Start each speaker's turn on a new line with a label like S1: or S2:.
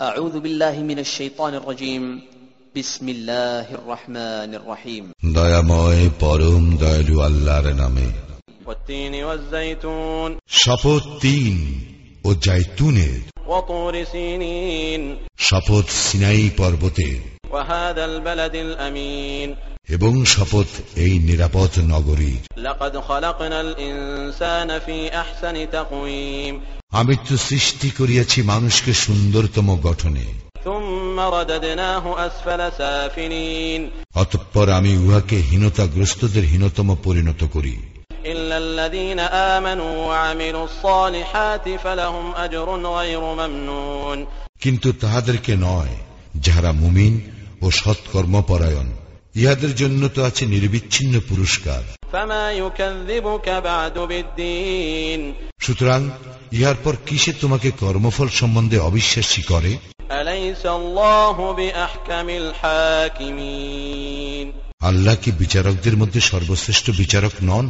S1: أعوذ بالله من الشيطان الرجيم بسم الله الرحمن الرحيم
S2: দয়াময় পরম দয়ালু আল্লাহর নামে
S3: والتين والزيتون
S2: শপথ তিন ও জাইতুনের
S3: وطور سينين
S2: শপথ সিনাই পর্বতের
S3: وهذا البلد الأمين
S2: এবং শপথ এই নিরাপদ নগরীর
S3: لقد خلقنا الإنسان في أحسن تقويم
S2: আমি তো সৃষ্টি করিয়াছি মানুষকে সুন্দরতম গঠনে
S3: ثم رددناه أسفل سافلين
S2: অতঃপর আমি উহাকে হীনতাগ্রস্তদের হীনতম পরিণত করি
S3: إلا الذين آمنوا وعملوا الصالحات فلهم أجر غير ممنون
S2: কিন্তু তাহাদেরকে নয় যাহারা মুমিন ও সৎকর্মপরায়ণ ইহাদের জন্য তো আছে নির্বিচ্ছিন্ন পুরস্কার
S3: فما يكذبك بعد بالدين
S2: সুতরাং ইহার পর কিসে তোমাকে কর্মফল সম্বন্ধে অবিশ্বাসী করে
S3: أليس الله بأحكم الحاكمين
S2: আল্লাহ কি বিচারকদের মধ্যে সর্বশ্রেষ্ঠ বিচারক নন